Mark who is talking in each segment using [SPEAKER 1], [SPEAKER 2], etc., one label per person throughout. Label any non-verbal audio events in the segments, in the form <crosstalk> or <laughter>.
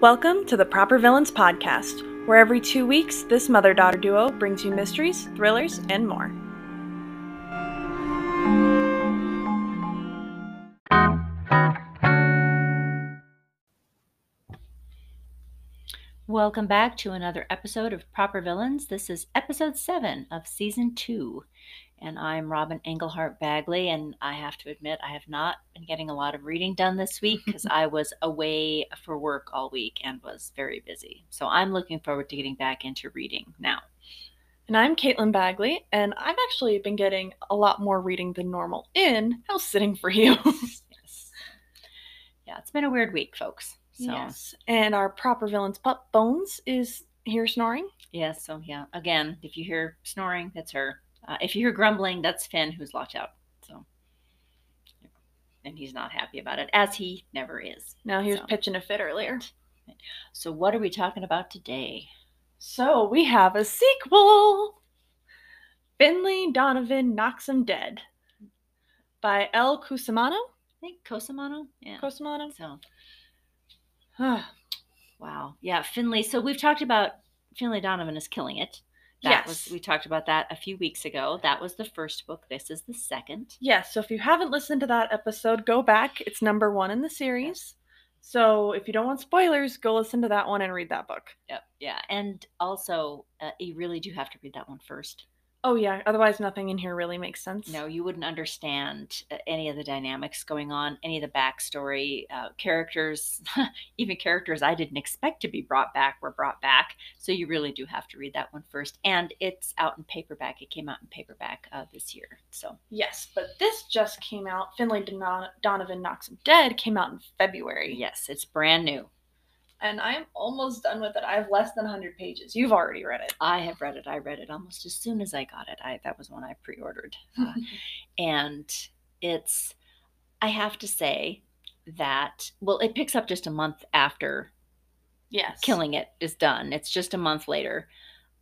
[SPEAKER 1] Welcome to the Proper Villains Podcast, where every two weeks this mother daughter duo brings you mysteries, thrillers, and more.
[SPEAKER 2] Welcome back to another episode of Proper Villains. This is episode seven of season two, and I'm Robin Englehart Bagley. And I have to admit, I have not been getting a lot of reading done this week because I was away for work all week and was very busy. So I'm looking forward to getting back into reading now.
[SPEAKER 1] And I'm Caitlin Bagley, and I've actually been getting a lot more reading than normal in How's Sitting for You? <laughs>
[SPEAKER 2] yes. Yeah, it's been a weird week, folks. So, yes.
[SPEAKER 1] And our Proper Villains pup, Bones, is here snoring.
[SPEAKER 2] so yeah, again, if you hear snoring, that's her. Uh, if you hear grumbling, that's Finn who's locked out. So, yeah. and he's not happy about it, as he never is.
[SPEAKER 1] Now he was
[SPEAKER 2] So.
[SPEAKER 1] pitching a fit earlier.
[SPEAKER 2] So, what are we talking about today?
[SPEAKER 1] So we have a sequel. Finley Donovan knocks him dead by El Cusimano.
[SPEAKER 2] I think Cosimano. Yeah.
[SPEAKER 1] Cusimano. <sighs>
[SPEAKER 2] so,
[SPEAKER 1] Ah,
[SPEAKER 2] wow. Yeah, Finley. So we've talked about Finley Donovan is killing it. That
[SPEAKER 1] Yes.
[SPEAKER 2] was we talked about that a few weeks ago. That was the first book. This is the second.
[SPEAKER 1] yes. So if you haven't listened to that episode, go back. It's number one in the series. So if you don't want spoilers, go listen to that one and read that book.
[SPEAKER 2] Yep. Yeah. And also, uh, you really do have to read that one first.
[SPEAKER 1] Oh yeah. Otherwise, nothing in here really makes sense.
[SPEAKER 2] No, you wouldn't understand uh, any of the dynamics going on, any of the backstory, uh, characters, <laughs> even characters I didn't expect to be brought back were brought back. So you really do have to read that one first. And it's out in paperback. It came out in paperback uh, this year. So
[SPEAKER 1] Yes, but this just came out. Finley Dono- Donovan knocks him dead. Came out in February.
[SPEAKER 2] yes, it's brand new.
[SPEAKER 1] And I'm almost done with it. I have less than 100 pages. You've already read it.
[SPEAKER 2] I have read it. I read it almost as soon as I got it. I that was one I pre-ordered, Uh, and it's. I have to say that well, it picks up just a month after
[SPEAKER 1] Yes.
[SPEAKER 2] killing it is done. It's just a month later.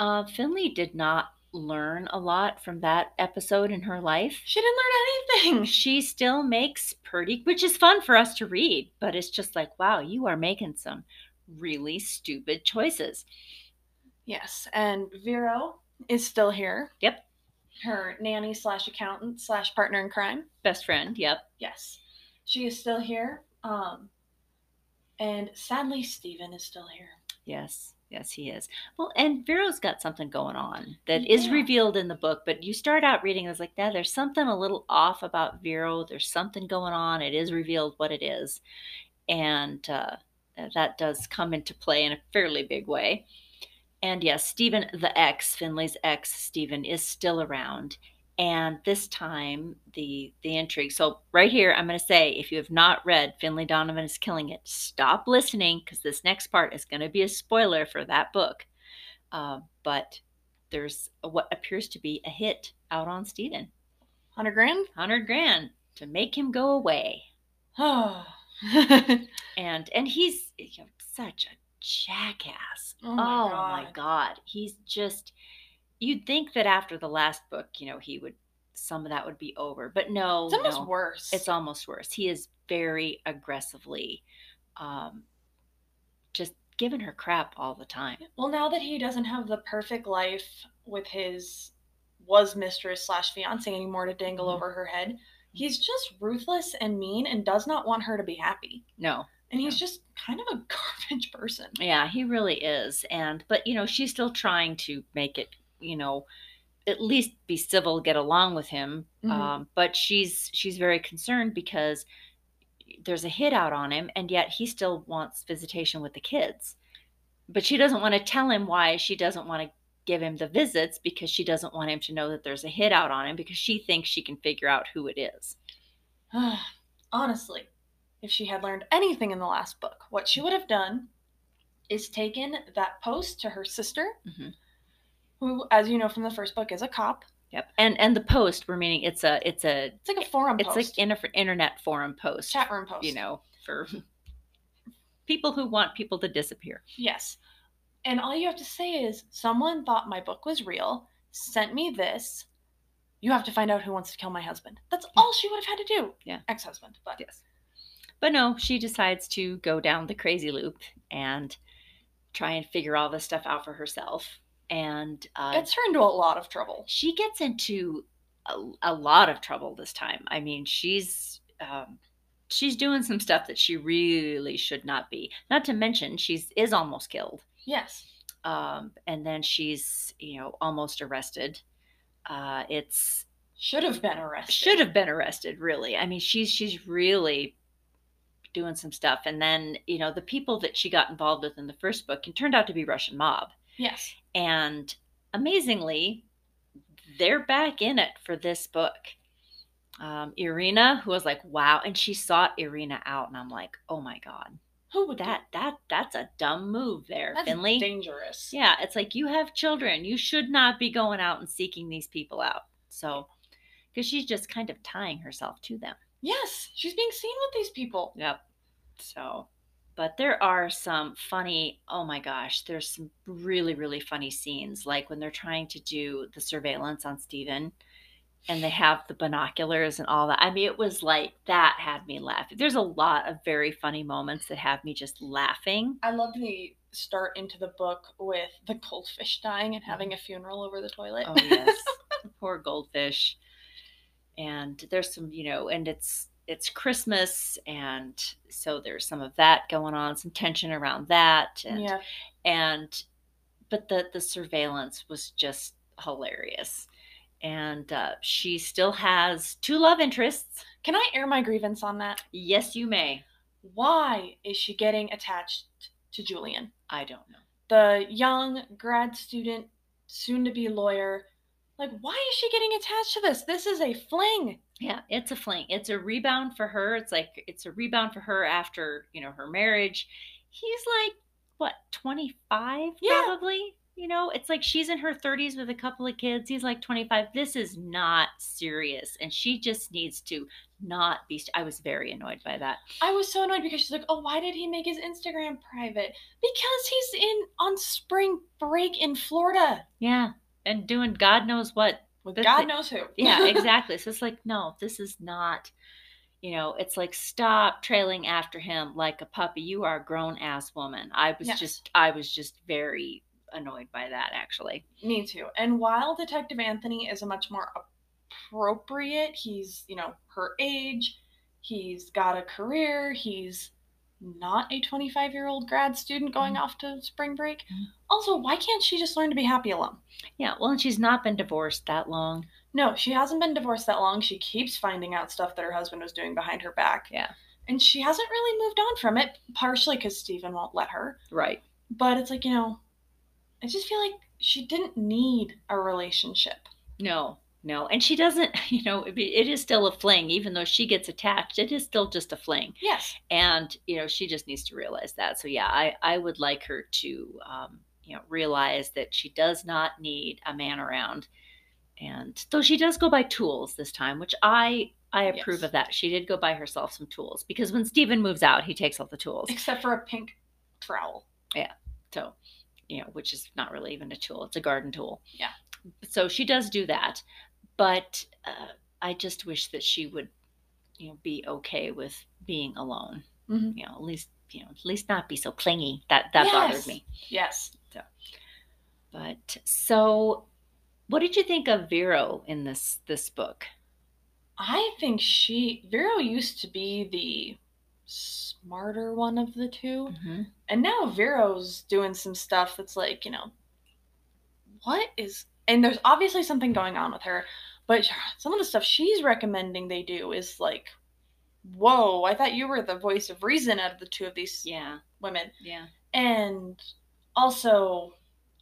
[SPEAKER 2] Uh, Finley did not learn a lot from that episode in her life.
[SPEAKER 1] She didn't learn anything. <laughs>
[SPEAKER 2] She still makes pretty, which is fun for us to read, but it's just like, wow, you are making some really stupid choices.
[SPEAKER 1] Yes, and Vero is still here.
[SPEAKER 2] Yep.
[SPEAKER 1] Her nanny slash accountant slash partner in crime.
[SPEAKER 2] Best friend, yep.
[SPEAKER 1] Yes. She is still here. Um, and sadly, Steven is still here.
[SPEAKER 2] Yes, yes, he is. Well, and Vero's got something going on that is
[SPEAKER 1] Yeah.
[SPEAKER 2] revealed in the book, but you start out reading and it's like, yeah, there's something a little off about Vero. There's something going on. It is revealed what it is. And uh, that does come into play in a fairly big way. And yes, Stephen, the ex, Finley's ex, Stephen, is still around. And this time, the the intrigue. So right here, I'm going to say, if you have not read Finley Donovan is Killing It, stop listening because this next part is going to be a spoiler for that book. Uh, but there's what appears to be a hit out on Stephen,
[SPEAKER 1] 100 grand?
[SPEAKER 2] hundred grand to make him go away,
[SPEAKER 1] <sighs> Oh.
[SPEAKER 2] and and he's you know, such a jackass.
[SPEAKER 1] Oh
[SPEAKER 2] Oh my god. He's just you'd think that after the last book, you know, he would some of that would be over. But no,
[SPEAKER 1] It's almost
[SPEAKER 2] no,
[SPEAKER 1] worse.
[SPEAKER 2] It's almost worse. He is very aggressively um just giving her crap all the time.
[SPEAKER 1] well, now that he doesn't have the perfect life with his was mistress slash fiance anymore to dangle
[SPEAKER 2] Mhm.
[SPEAKER 1] over her head, he's just ruthless and mean and does not want her to be happy.
[SPEAKER 2] No.
[SPEAKER 1] And he's just kind of a <laughs> garbage person.
[SPEAKER 2] Yeah, he really is. And but you know, she's still trying to make it, you know, at least be civil, get along with him.
[SPEAKER 1] Mhm.
[SPEAKER 2] Um, but she's she's very concerned because there's a hit out on him, and yet he still wants visitation with the kids. But she doesn't want to tell him why she doesn't want to give him the visits because she doesn't want him to know that there's a hit out on him because she thinks she can figure out who it is.
[SPEAKER 1] <sighs> Honestly, if she had learned anything in the last book, what she would have done is taken that post to her sister,
[SPEAKER 2] Mhm.
[SPEAKER 1] who, as you know from the first book, is a cop.
[SPEAKER 2] Yep. And and the post, we're meaning it's a it's a
[SPEAKER 1] It's like a forum
[SPEAKER 2] it's
[SPEAKER 1] post,
[SPEAKER 2] like inter- internet forum post.
[SPEAKER 1] chat room post.
[SPEAKER 2] you know, for <laughs> people who want people to disappear.
[SPEAKER 1] Yes. And all you have to say is someone thought my book was real, sent me this. You have to find out who wants to kill my husband. That's all she would have had to do.
[SPEAKER 2] Yeah.
[SPEAKER 1] Ex husband. But
[SPEAKER 2] Yes. But no, she decides to go down the crazy loop and try and figure all this stuff out for herself. And uh,
[SPEAKER 1] Gets her into a lot of trouble.
[SPEAKER 2] she gets into a, a lot of trouble this time. I mean, she's um, she's doing some stuff that she really should not be. Not to mention, she's is almost killed,
[SPEAKER 1] Yes.
[SPEAKER 2] um, and then she's you know almost arrested. Uh, it's
[SPEAKER 1] Should have been arrested.
[SPEAKER 2] should have been arrested really i mean she's she's really doing some stuff and then you know the people that she got involved with in the first book and turned out to be russian mob
[SPEAKER 1] Yes.
[SPEAKER 2] and amazingly they're back in it for this book um, irina who was like wow and she sought irina out and i'm like oh my god
[SPEAKER 1] Who would
[SPEAKER 2] that that that's a dumb move there
[SPEAKER 1] do- That's
[SPEAKER 2] finley
[SPEAKER 1] dangerous.
[SPEAKER 2] yeah, it's like you have children. You should not be going out and seeking these people out. So, because she's just kind of tying herself to them.
[SPEAKER 1] Yes. She's being seen with these people.
[SPEAKER 2] Yep. So, but there are some funny, oh my gosh, there's some really, really funny scenes. Like when they're trying to do the surveillance on Steven and they have the binoculars and all that. I mean, it was like that had me laughing. There's a lot of very funny moments that have me just laughing.
[SPEAKER 1] I love the start into the book with the goldfish dying and having a funeral over the toilet.
[SPEAKER 2] Oh yes, The <laughs> poor goldfish. And there's some, you know, and it's it's Christmas, and so there's some of that going on, some tension around that,
[SPEAKER 1] <laughs>
[SPEAKER 2] and
[SPEAKER 1] yeah.
[SPEAKER 2] and but the the surveillance was just hilarious, and uh, she still has two love interests.
[SPEAKER 1] Can I air my grievance on that?
[SPEAKER 2] Yes, you may.
[SPEAKER 1] Why is she getting attached to Julian?
[SPEAKER 2] I don't know.
[SPEAKER 1] The young grad student, soon to be lawyer. Like, why is she getting attached to this? This is a fling.
[SPEAKER 2] Yeah, it's a fling. It's a rebound for her. It's like it's a rebound for her after, you know, her marriage. He's like what, 25
[SPEAKER 1] Yeah.
[SPEAKER 2] probably? You know, it's like she's in her 30s with a couple of kids. He's like 25. This is not serious and she just needs to not be st- I was very annoyed by that.
[SPEAKER 1] I was so annoyed because she's like, "Oh, why did he make his Instagram private? Because he's in on spring break in Florida
[SPEAKER 2] Yeah. And doing God knows what
[SPEAKER 1] with
[SPEAKER 2] That's
[SPEAKER 1] God
[SPEAKER 2] it.
[SPEAKER 1] knows who."
[SPEAKER 2] <laughs>
[SPEAKER 1] <laughs>
[SPEAKER 2] yeah exactly so it's like no this is not you know it's like stop trailing after him like a puppy you are a grown ass woman i was
[SPEAKER 1] Yes.
[SPEAKER 2] just i was just very annoyed by that actually
[SPEAKER 1] Me too. And while Detective Anthony is a much more appropriate, he's, you know, her age, he's got a career, he's not a 25 year old grad student going
[SPEAKER 2] Mhm.
[SPEAKER 1] off to spring break.
[SPEAKER 2] Mhm.
[SPEAKER 1] Also, why can't she just learn to be happy alone?
[SPEAKER 2] yeah well and she's not been divorced that long
[SPEAKER 1] No, she hasn't been divorced that long. She keeps finding out stuff that her husband was doing behind her back.
[SPEAKER 2] Yeah.
[SPEAKER 1] And she hasn't really moved on from it, partially because Stephen won't let her.
[SPEAKER 2] right
[SPEAKER 1] But it's like, you know, I just feel like she didn't need a relationship.
[SPEAKER 2] no no and she doesn't <laughs> you know it, it is still a fling even though she gets attached it is still just a fling
[SPEAKER 1] Yes.
[SPEAKER 2] and you know she just needs to realize that so yeah i i would like her to um you know realize that she does not need a man around and though she does go by tools this time which i i approve
[SPEAKER 1] Yes.
[SPEAKER 2] of that she did go buy herself some tools because when Stephen moves out he takes all the tools
[SPEAKER 1] Except for a pink trowel.
[SPEAKER 2] so you know which is not really even a tool it's a garden tool
[SPEAKER 1] Yeah.
[SPEAKER 2] so she does do that but uh, i just wish that she would you know be okay with being alone
[SPEAKER 1] Mhm.
[SPEAKER 2] you know at least you know at least not be so clingy that that bothered
[SPEAKER 1] Yes.
[SPEAKER 2] me
[SPEAKER 1] Yes.
[SPEAKER 2] but so what did you think of vero in this this book
[SPEAKER 1] I think she, Vero used to be the smarter one of the two. And now Vero's doing some stuff that's like, you know, what is. And there's obviously something going on with her, but some of the stuff she's recommending they do is like, whoa, I thought you were the voice of reason out of the two of these
[SPEAKER 2] yeah
[SPEAKER 1] women.
[SPEAKER 2] yeah
[SPEAKER 1] And also,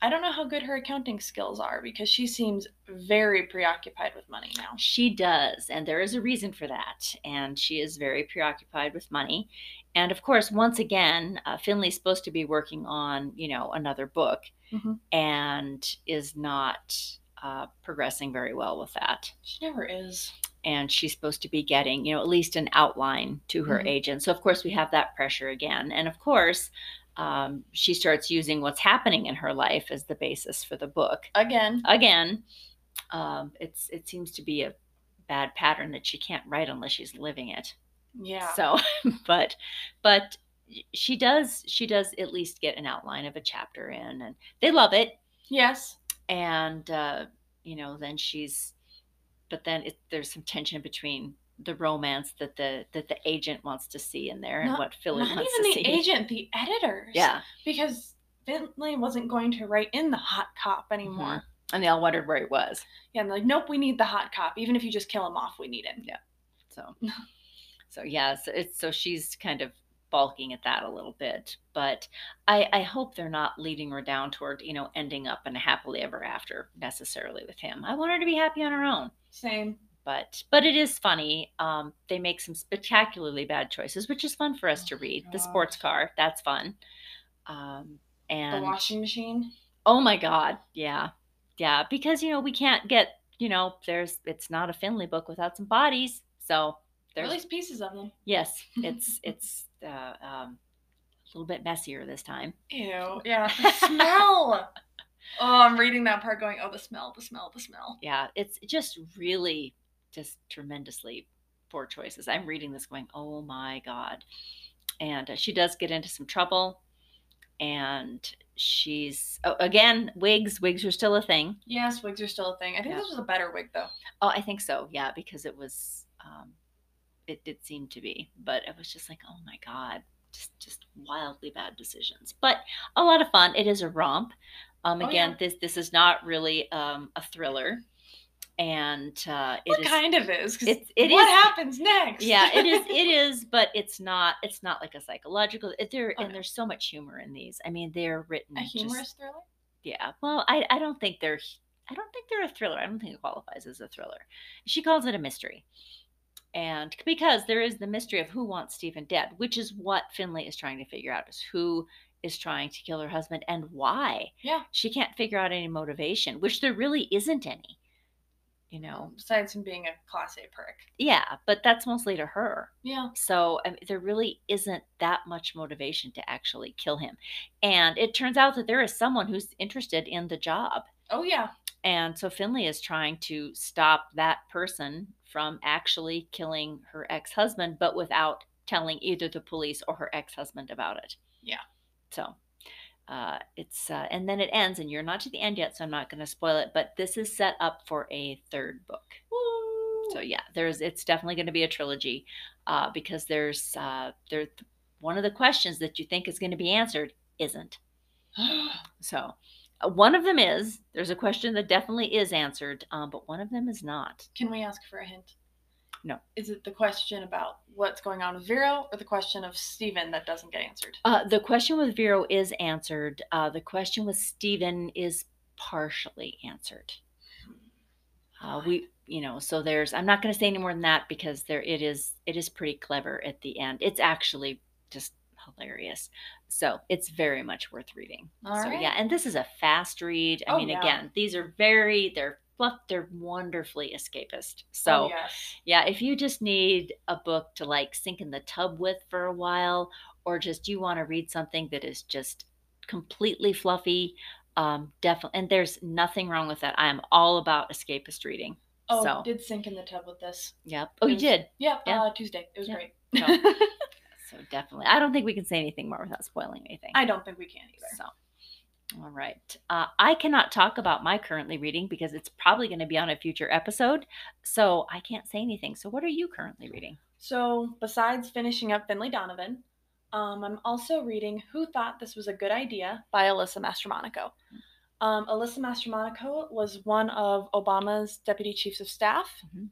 [SPEAKER 1] I don't know how good her accounting skills are because she seems very preoccupied with money now.
[SPEAKER 2] she does and there is a reason for that and she is very preoccupied with money and of course once again uh, finley's supposed to be working on you know another book
[SPEAKER 1] Mhm.
[SPEAKER 2] and is not uh, progressing very well with that
[SPEAKER 1] She never is.
[SPEAKER 2] and she's supposed to be getting, you know, at least an outline to her
[SPEAKER 1] Mhm.
[SPEAKER 2] agent. So of course we have that pressure again, and of course um, she starts using what's happening in her life as the basis for the book
[SPEAKER 1] Again.
[SPEAKER 2] again. Um, it's it seems to be a bad pattern that she can't write unless she's living it.
[SPEAKER 1] Yeah.
[SPEAKER 2] So, <laughs> but but she does she does at least get an outline of a chapter in, and they love it.
[SPEAKER 1] yes.
[SPEAKER 2] And uh, you know, then she's, but then it, there's some tension between the romance that the that the agent wants to see in there and
[SPEAKER 1] Not-
[SPEAKER 2] what Philly
[SPEAKER 1] Not
[SPEAKER 2] wants
[SPEAKER 1] even
[SPEAKER 2] to
[SPEAKER 1] the
[SPEAKER 2] see.
[SPEAKER 1] agent, the editors.
[SPEAKER 2] Yeah.
[SPEAKER 1] Because Bentley wasn't going to write in the hot cop anymore.
[SPEAKER 2] Mhm. And they all wondered where he was.
[SPEAKER 1] Yeah, and they're like, nope, we need the hot cop. Even if you just kill him off, we need him.
[SPEAKER 2] So, so yeah, so it's so she's kind of balking at that a little bit, but I I hope they're not leading her down toward you know ending up in a happily ever after necessarily with him. I want her to be happy on her own,
[SPEAKER 1] Same.
[SPEAKER 2] but but it is funny. Um, they make some spectacularly bad choices, which is fun for us to
[SPEAKER 1] Oh,
[SPEAKER 2] read. The
[SPEAKER 1] gosh.
[SPEAKER 2] sports car, that's fun. Um,
[SPEAKER 1] The
[SPEAKER 2] and
[SPEAKER 1] washing machine.
[SPEAKER 2] Oh my God. Yeah. Yeah. Because, you know, we can't get, you know, there's, it's not a Finley book without some bodies. So
[SPEAKER 1] Or
[SPEAKER 2] there's,
[SPEAKER 1] at least pieces of them.
[SPEAKER 2] yes, it's, it's uh, um, a little bit messier this time. <laughs>
[SPEAKER 1] Ew. Yeah. The smell. oh, I'm reading that part going, oh, the smell, the smell, the smell.
[SPEAKER 2] Yeah. It's just really just tremendously poor choices. I'm reading this going, oh my God. And uh, she does get into some trouble. And she's, oh, again, wigs. Wigs are still a thing.
[SPEAKER 1] Yes, wigs are still a thing. I think
[SPEAKER 2] Yeah.
[SPEAKER 1] this was a better wig, though.
[SPEAKER 2] Oh, I think so. Yeah, because it was, um, it did seem to be, but it was just like, oh my god, just just wildly bad decisions. But a lot of fun. It is a romp. Um,
[SPEAKER 1] Oh,
[SPEAKER 2] again,
[SPEAKER 1] yeah.
[SPEAKER 2] this this is not really um, a thriller, and uh, it
[SPEAKER 1] What <laughs>
[SPEAKER 2] is-
[SPEAKER 1] kind of is? 'cause
[SPEAKER 2] It's it
[SPEAKER 1] what
[SPEAKER 2] is-
[SPEAKER 1] happens next?
[SPEAKER 2] <laughs> Yeah, it is. It is, but it's not. It's not like a psychological. it- There
[SPEAKER 1] Oh,
[SPEAKER 2] and
[SPEAKER 1] no.
[SPEAKER 2] there's so much humor in these. I mean, they're
[SPEAKER 1] <laughs>
[SPEAKER 2] written
[SPEAKER 1] a
[SPEAKER 2] just-
[SPEAKER 1] humorous thriller?
[SPEAKER 2] yeah. Well, I, I don't think they're I don't think they're a thriller. I don't think it qualifies as a thriller. She calls it a mystery. And c- because there is the mystery of who wants Stephen dead, which is what Finley is trying to figure out is who is trying to kill her husband and why.
[SPEAKER 1] Yeah.
[SPEAKER 2] She can't figure out any motivation, which there really isn't any. You know.
[SPEAKER 1] Besides him being a class A prick.
[SPEAKER 2] Yeah, but that's mostly to her.
[SPEAKER 1] Yeah.
[SPEAKER 2] So I mean, there really isn't that much motivation to actually kill him. And it turns out that there is someone who's interested in the job.
[SPEAKER 1] Oh, yeah.
[SPEAKER 2] And so Finley is trying to stop that person from actually killing her ex husband, but without telling either the police or her ex husband about it.
[SPEAKER 1] Yeah.
[SPEAKER 2] So uh, it's, uh, and then it ends, and you're not to the end yet, so I'm not going to spoil it, but this is set up for a third book.
[SPEAKER 1] Woo.
[SPEAKER 2] So yeah, there's, it's definitely going to be a trilogy uh, because there's, uh, there, one of the questions that you think is going to be answered isn't. So, uh, one of them is there's a question that definitely is answered, um, but one of them is not.
[SPEAKER 1] <gasps> Can we ask for a hint?
[SPEAKER 2] No.
[SPEAKER 1] Is it the question about what's going on with Vero or the question of Steven that doesn't get answered?
[SPEAKER 2] Uh, the question with Vero is answered. Uh, the question with Stephen is partially answered. Uh, we, you know, so there's. I'm not going to say any more than that because there it is. It is pretty clever at the end. It's actually just hilarious. So it's very much worth reading.
[SPEAKER 1] All
[SPEAKER 2] so
[SPEAKER 1] right.
[SPEAKER 2] yeah, and this is a fast read. I
[SPEAKER 1] Oh,
[SPEAKER 2] mean,
[SPEAKER 1] yeah.
[SPEAKER 2] again, these are very. They're fluff. They're wonderfully escapist. So.
[SPEAKER 1] Oh, yes.
[SPEAKER 2] Yeah, if you just need a book to like sink in the tub with for a while, or just you want to read something that is just completely fluffy, um, definitely. And there's nothing wrong with that. I am all about escapist reading.
[SPEAKER 1] Oh,
[SPEAKER 2] so,
[SPEAKER 1] did sink in the tub with this.
[SPEAKER 2] yep. Oh, you
[SPEAKER 1] There's-
[SPEAKER 2] did.
[SPEAKER 1] Yeah,
[SPEAKER 2] Yeah.
[SPEAKER 1] Uh, Tuesday. It was
[SPEAKER 2] Yeah.
[SPEAKER 1] great.
[SPEAKER 2] So- So definitely. I don't think we can say anything more without spoiling anything.
[SPEAKER 1] <laughs> I don't think we can either.
[SPEAKER 2] So, all right. Uh, I cannot talk about my currently reading because it's probably going to be on a future episode. So I can't say anything. So, what are you currently reading?
[SPEAKER 1] So, besides finishing up Finley Donovan, um, I'm also reading Who Thought This Was a Good Idea by Alyssa Mastromonico. Um, Alyssa Mastromonico was one of Obama's deputy chiefs of staff
[SPEAKER 2] Mhm.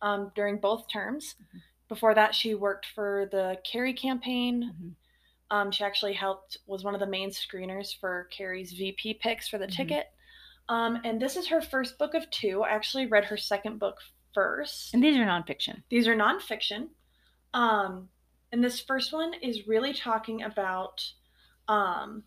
[SPEAKER 1] um, during both terms.
[SPEAKER 2] Mhm.
[SPEAKER 1] Before that, she worked for the Kerry campaign.
[SPEAKER 2] Mm-hmm.
[SPEAKER 1] Um, she actually helped, was one of the main screeners for Kerry's VP picks for the
[SPEAKER 2] Mhm.
[SPEAKER 1] ticket. Um, and this is her first book of two. I actually read her second book first.
[SPEAKER 2] And these are nonfiction.
[SPEAKER 1] These are nonfiction. Um, and this first one is really talking about um,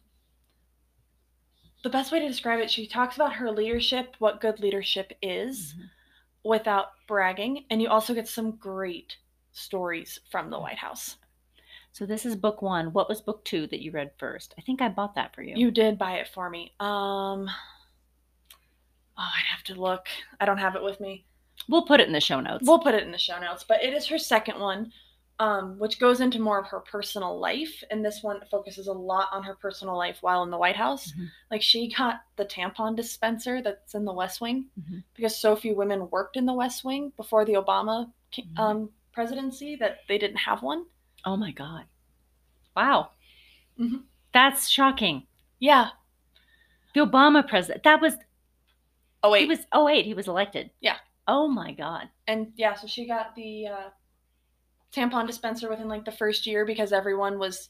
[SPEAKER 1] the best way to describe it. She talks about her leadership, what good leadership is,
[SPEAKER 2] Mm-hmm.
[SPEAKER 1] without bragging. And you also get some great stories from the White House.
[SPEAKER 2] So this is book one. What was book two that you read first? I think I bought that for you.
[SPEAKER 1] You did buy it for me. Um, oh, I'd have to look. I don't have it with me.
[SPEAKER 2] we'll put it in the show notes.
[SPEAKER 1] We'll put it in the show notes, but it is her second one. um, which goes into more of her personal life. And this one focuses a lot on her personal life while in the White House.
[SPEAKER 2] Mhm.
[SPEAKER 1] Like she got the tampon dispenser that's in the West Wing
[SPEAKER 2] Mhm.
[SPEAKER 1] because so few women worked in the West Wing before the Obama ca-
[SPEAKER 2] Mhm.
[SPEAKER 1] um, presidency that they didn't have one.
[SPEAKER 2] Oh my God. Wow.
[SPEAKER 1] Mhm.
[SPEAKER 2] That's shocking.
[SPEAKER 1] Yeah.
[SPEAKER 2] The Obama president. That was,
[SPEAKER 1] Oh,
[SPEAKER 2] he
[SPEAKER 1] wait.
[SPEAKER 2] was, oh, wait, he was elected.
[SPEAKER 1] Yeah.
[SPEAKER 2] Oh my God.
[SPEAKER 1] and yeah, so she got the uh, tampon dispenser within like the first year because everyone was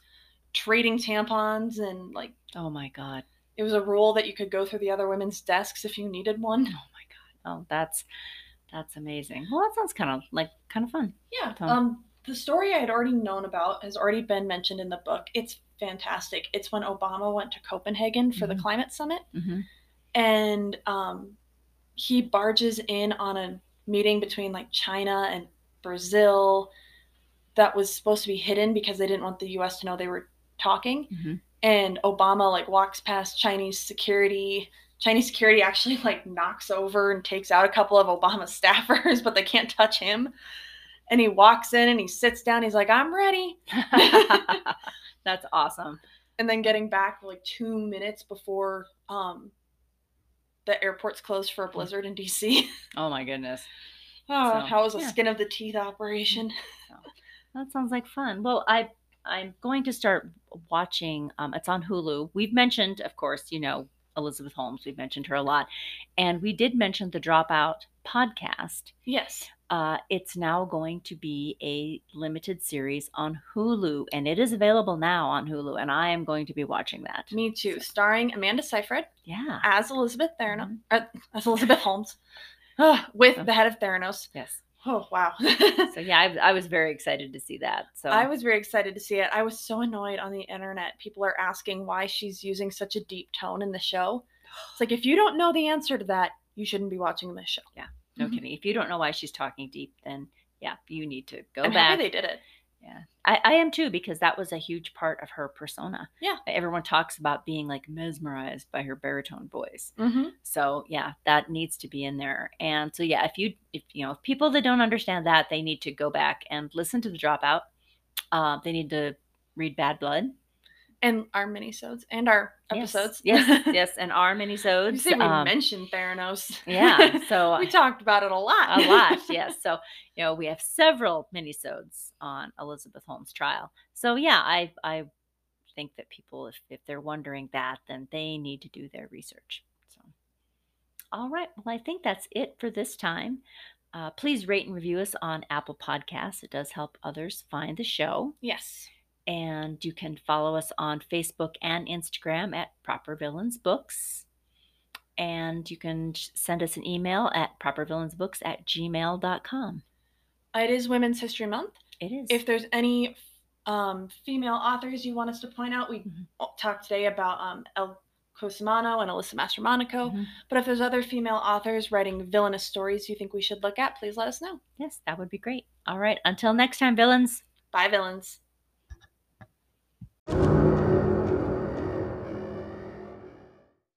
[SPEAKER 1] trading tampons and like
[SPEAKER 2] Oh my God.
[SPEAKER 1] it was a rule that you could go through the other women's desks if you needed one.
[SPEAKER 2] Oh, that's, that's amazing. Well, that sounds kind of like, kind of fun.
[SPEAKER 1] Yeah.
[SPEAKER 2] Tom.
[SPEAKER 1] Um, the story I had already known about has already been mentioned in the book. It's fantastic. It's when Obama went to Copenhagen for
[SPEAKER 2] Mhm.
[SPEAKER 1] the climate summit,
[SPEAKER 2] Mm-hmm.
[SPEAKER 1] and um, he barges in on a meeting between like China and Brazil that was supposed to be hidden because they didn't want the U.S. to know they were talking.
[SPEAKER 2] Mhm.
[SPEAKER 1] And Obama like walks past Chinese security. Chinese security actually <laughs> like knocks over and takes out a couple of Obama's <laughs> staffers, but they can't touch him. And he walks in and he sits down. He's like, "I'm ready."
[SPEAKER 2] Mm-hmm. <laughs> That's awesome.
[SPEAKER 1] and then getting back like two minutes before um the airport's closed for a blizzard in <laughs> DC.
[SPEAKER 2] Oh my goodness.
[SPEAKER 1] oh,
[SPEAKER 2] So,
[SPEAKER 1] how was a
[SPEAKER 2] yeah.
[SPEAKER 1] skin of the teeth operation?
[SPEAKER 2] That sounds like fun. Well, I I'm going to start watching. Um, it's on Hulu. We've mentioned, of course, you know Elizabeth Holmes. We've mentioned her a lot, and we did mention the Dropout podcast.
[SPEAKER 1] Yes.
[SPEAKER 2] Uh, it's now going to be a limited series on Hulu, and it is available now on Hulu. And I am going to be watching that.
[SPEAKER 1] Me too. Starring Amanda Seyfried
[SPEAKER 2] Yeah.
[SPEAKER 1] as Elizabeth Theranos,
[SPEAKER 2] Mhm.
[SPEAKER 1] uh, as Elizabeth Holmes, <sighs> Ugh, with
[SPEAKER 2] Oh.
[SPEAKER 1] the head of Theranos. <laughs>
[SPEAKER 2] Yes.
[SPEAKER 1] Oh, wow.
[SPEAKER 2] So yeah, I, I was very excited to see that. So
[SPEAKER 1] I was very excited to see it. I was so annoyed on the internet. People are asking why she's using such a deep tone in the show. It's like, if you don't know the answer to that, you shouldn't be watching this show.
[SPEAKER 2] Yeah.
[SPEAKER 1] <laughs>
[SPEAKER 2] no kidding. If you don't know why she's talking deep, then yeah, you need to go
[SPEAKER 1] I'm
[SPEAKER 2] back.
[SPEAKER 1] happy they did it.
[SPEAKER 2] Yeah. I, I am too, because that was a huge part of her persona.
[SPEAKER 1] Yeah.
[SPEAKER 2] Everyone talks about being like mesmerized by her baritone voice.
[SPEAKER 1] Mm-hmm.
[SPEAKER 2] So yeah, that needs to be in there. And so yeah, if you if you know, if people that don't understand that, they need to go back and listen to the dropout. Uh, they need to read Bad Blood.
[SPEAKER 1] and our minisodes and our episodes.
[SPEAKER 2] Yes, yes, yes, and our
[SPEAKER 1] <laughs>
[SPEAKER 2] minisodes.
[SPEAKER 1] you said we
[SPEAKER 2] um,
[SPEAKER 1] mentioned Theranos. <laughs>
[SPEAKER 2] yeah. So
[SPEAKER 1] we talked about it a lot. <laughs>
[SPEAKER 2] a lot yes so you know we have several minisodes on elizabeth holmes trial so yeah i i think that people if, if they're wondering that then they need to do their research so all right well i think that's it for this time uh, please rate and review us on apple podcasts it does help others find the show
[SPEAKER 1] yes.
[SPEAKER 2] and you can follow us on Facebook and Instagram at Proper Villains Books. And you can sh- send us an email at propervillainsbooks at gmail.com.
[SPEAKER 1] It is Women's History Month.
[SPEAKER 2] It is.
[SPEAKER 1] If there's any um, female authors you want us to point out, we
[SPEAKER 2] Mhm.
[SPEAKER 1] talked today about um, El Cosimano and Alyssa Mastromonico.
[SPEAKER 2] Mhm.
[SPEAKER 1] But if there's other female authors writing villainous stories you think we should look at, please let us know.
[SPEAKER 2] Yes, that would be great. All right. Until next time, villains.
[SPEAKER 1] Bye, villains.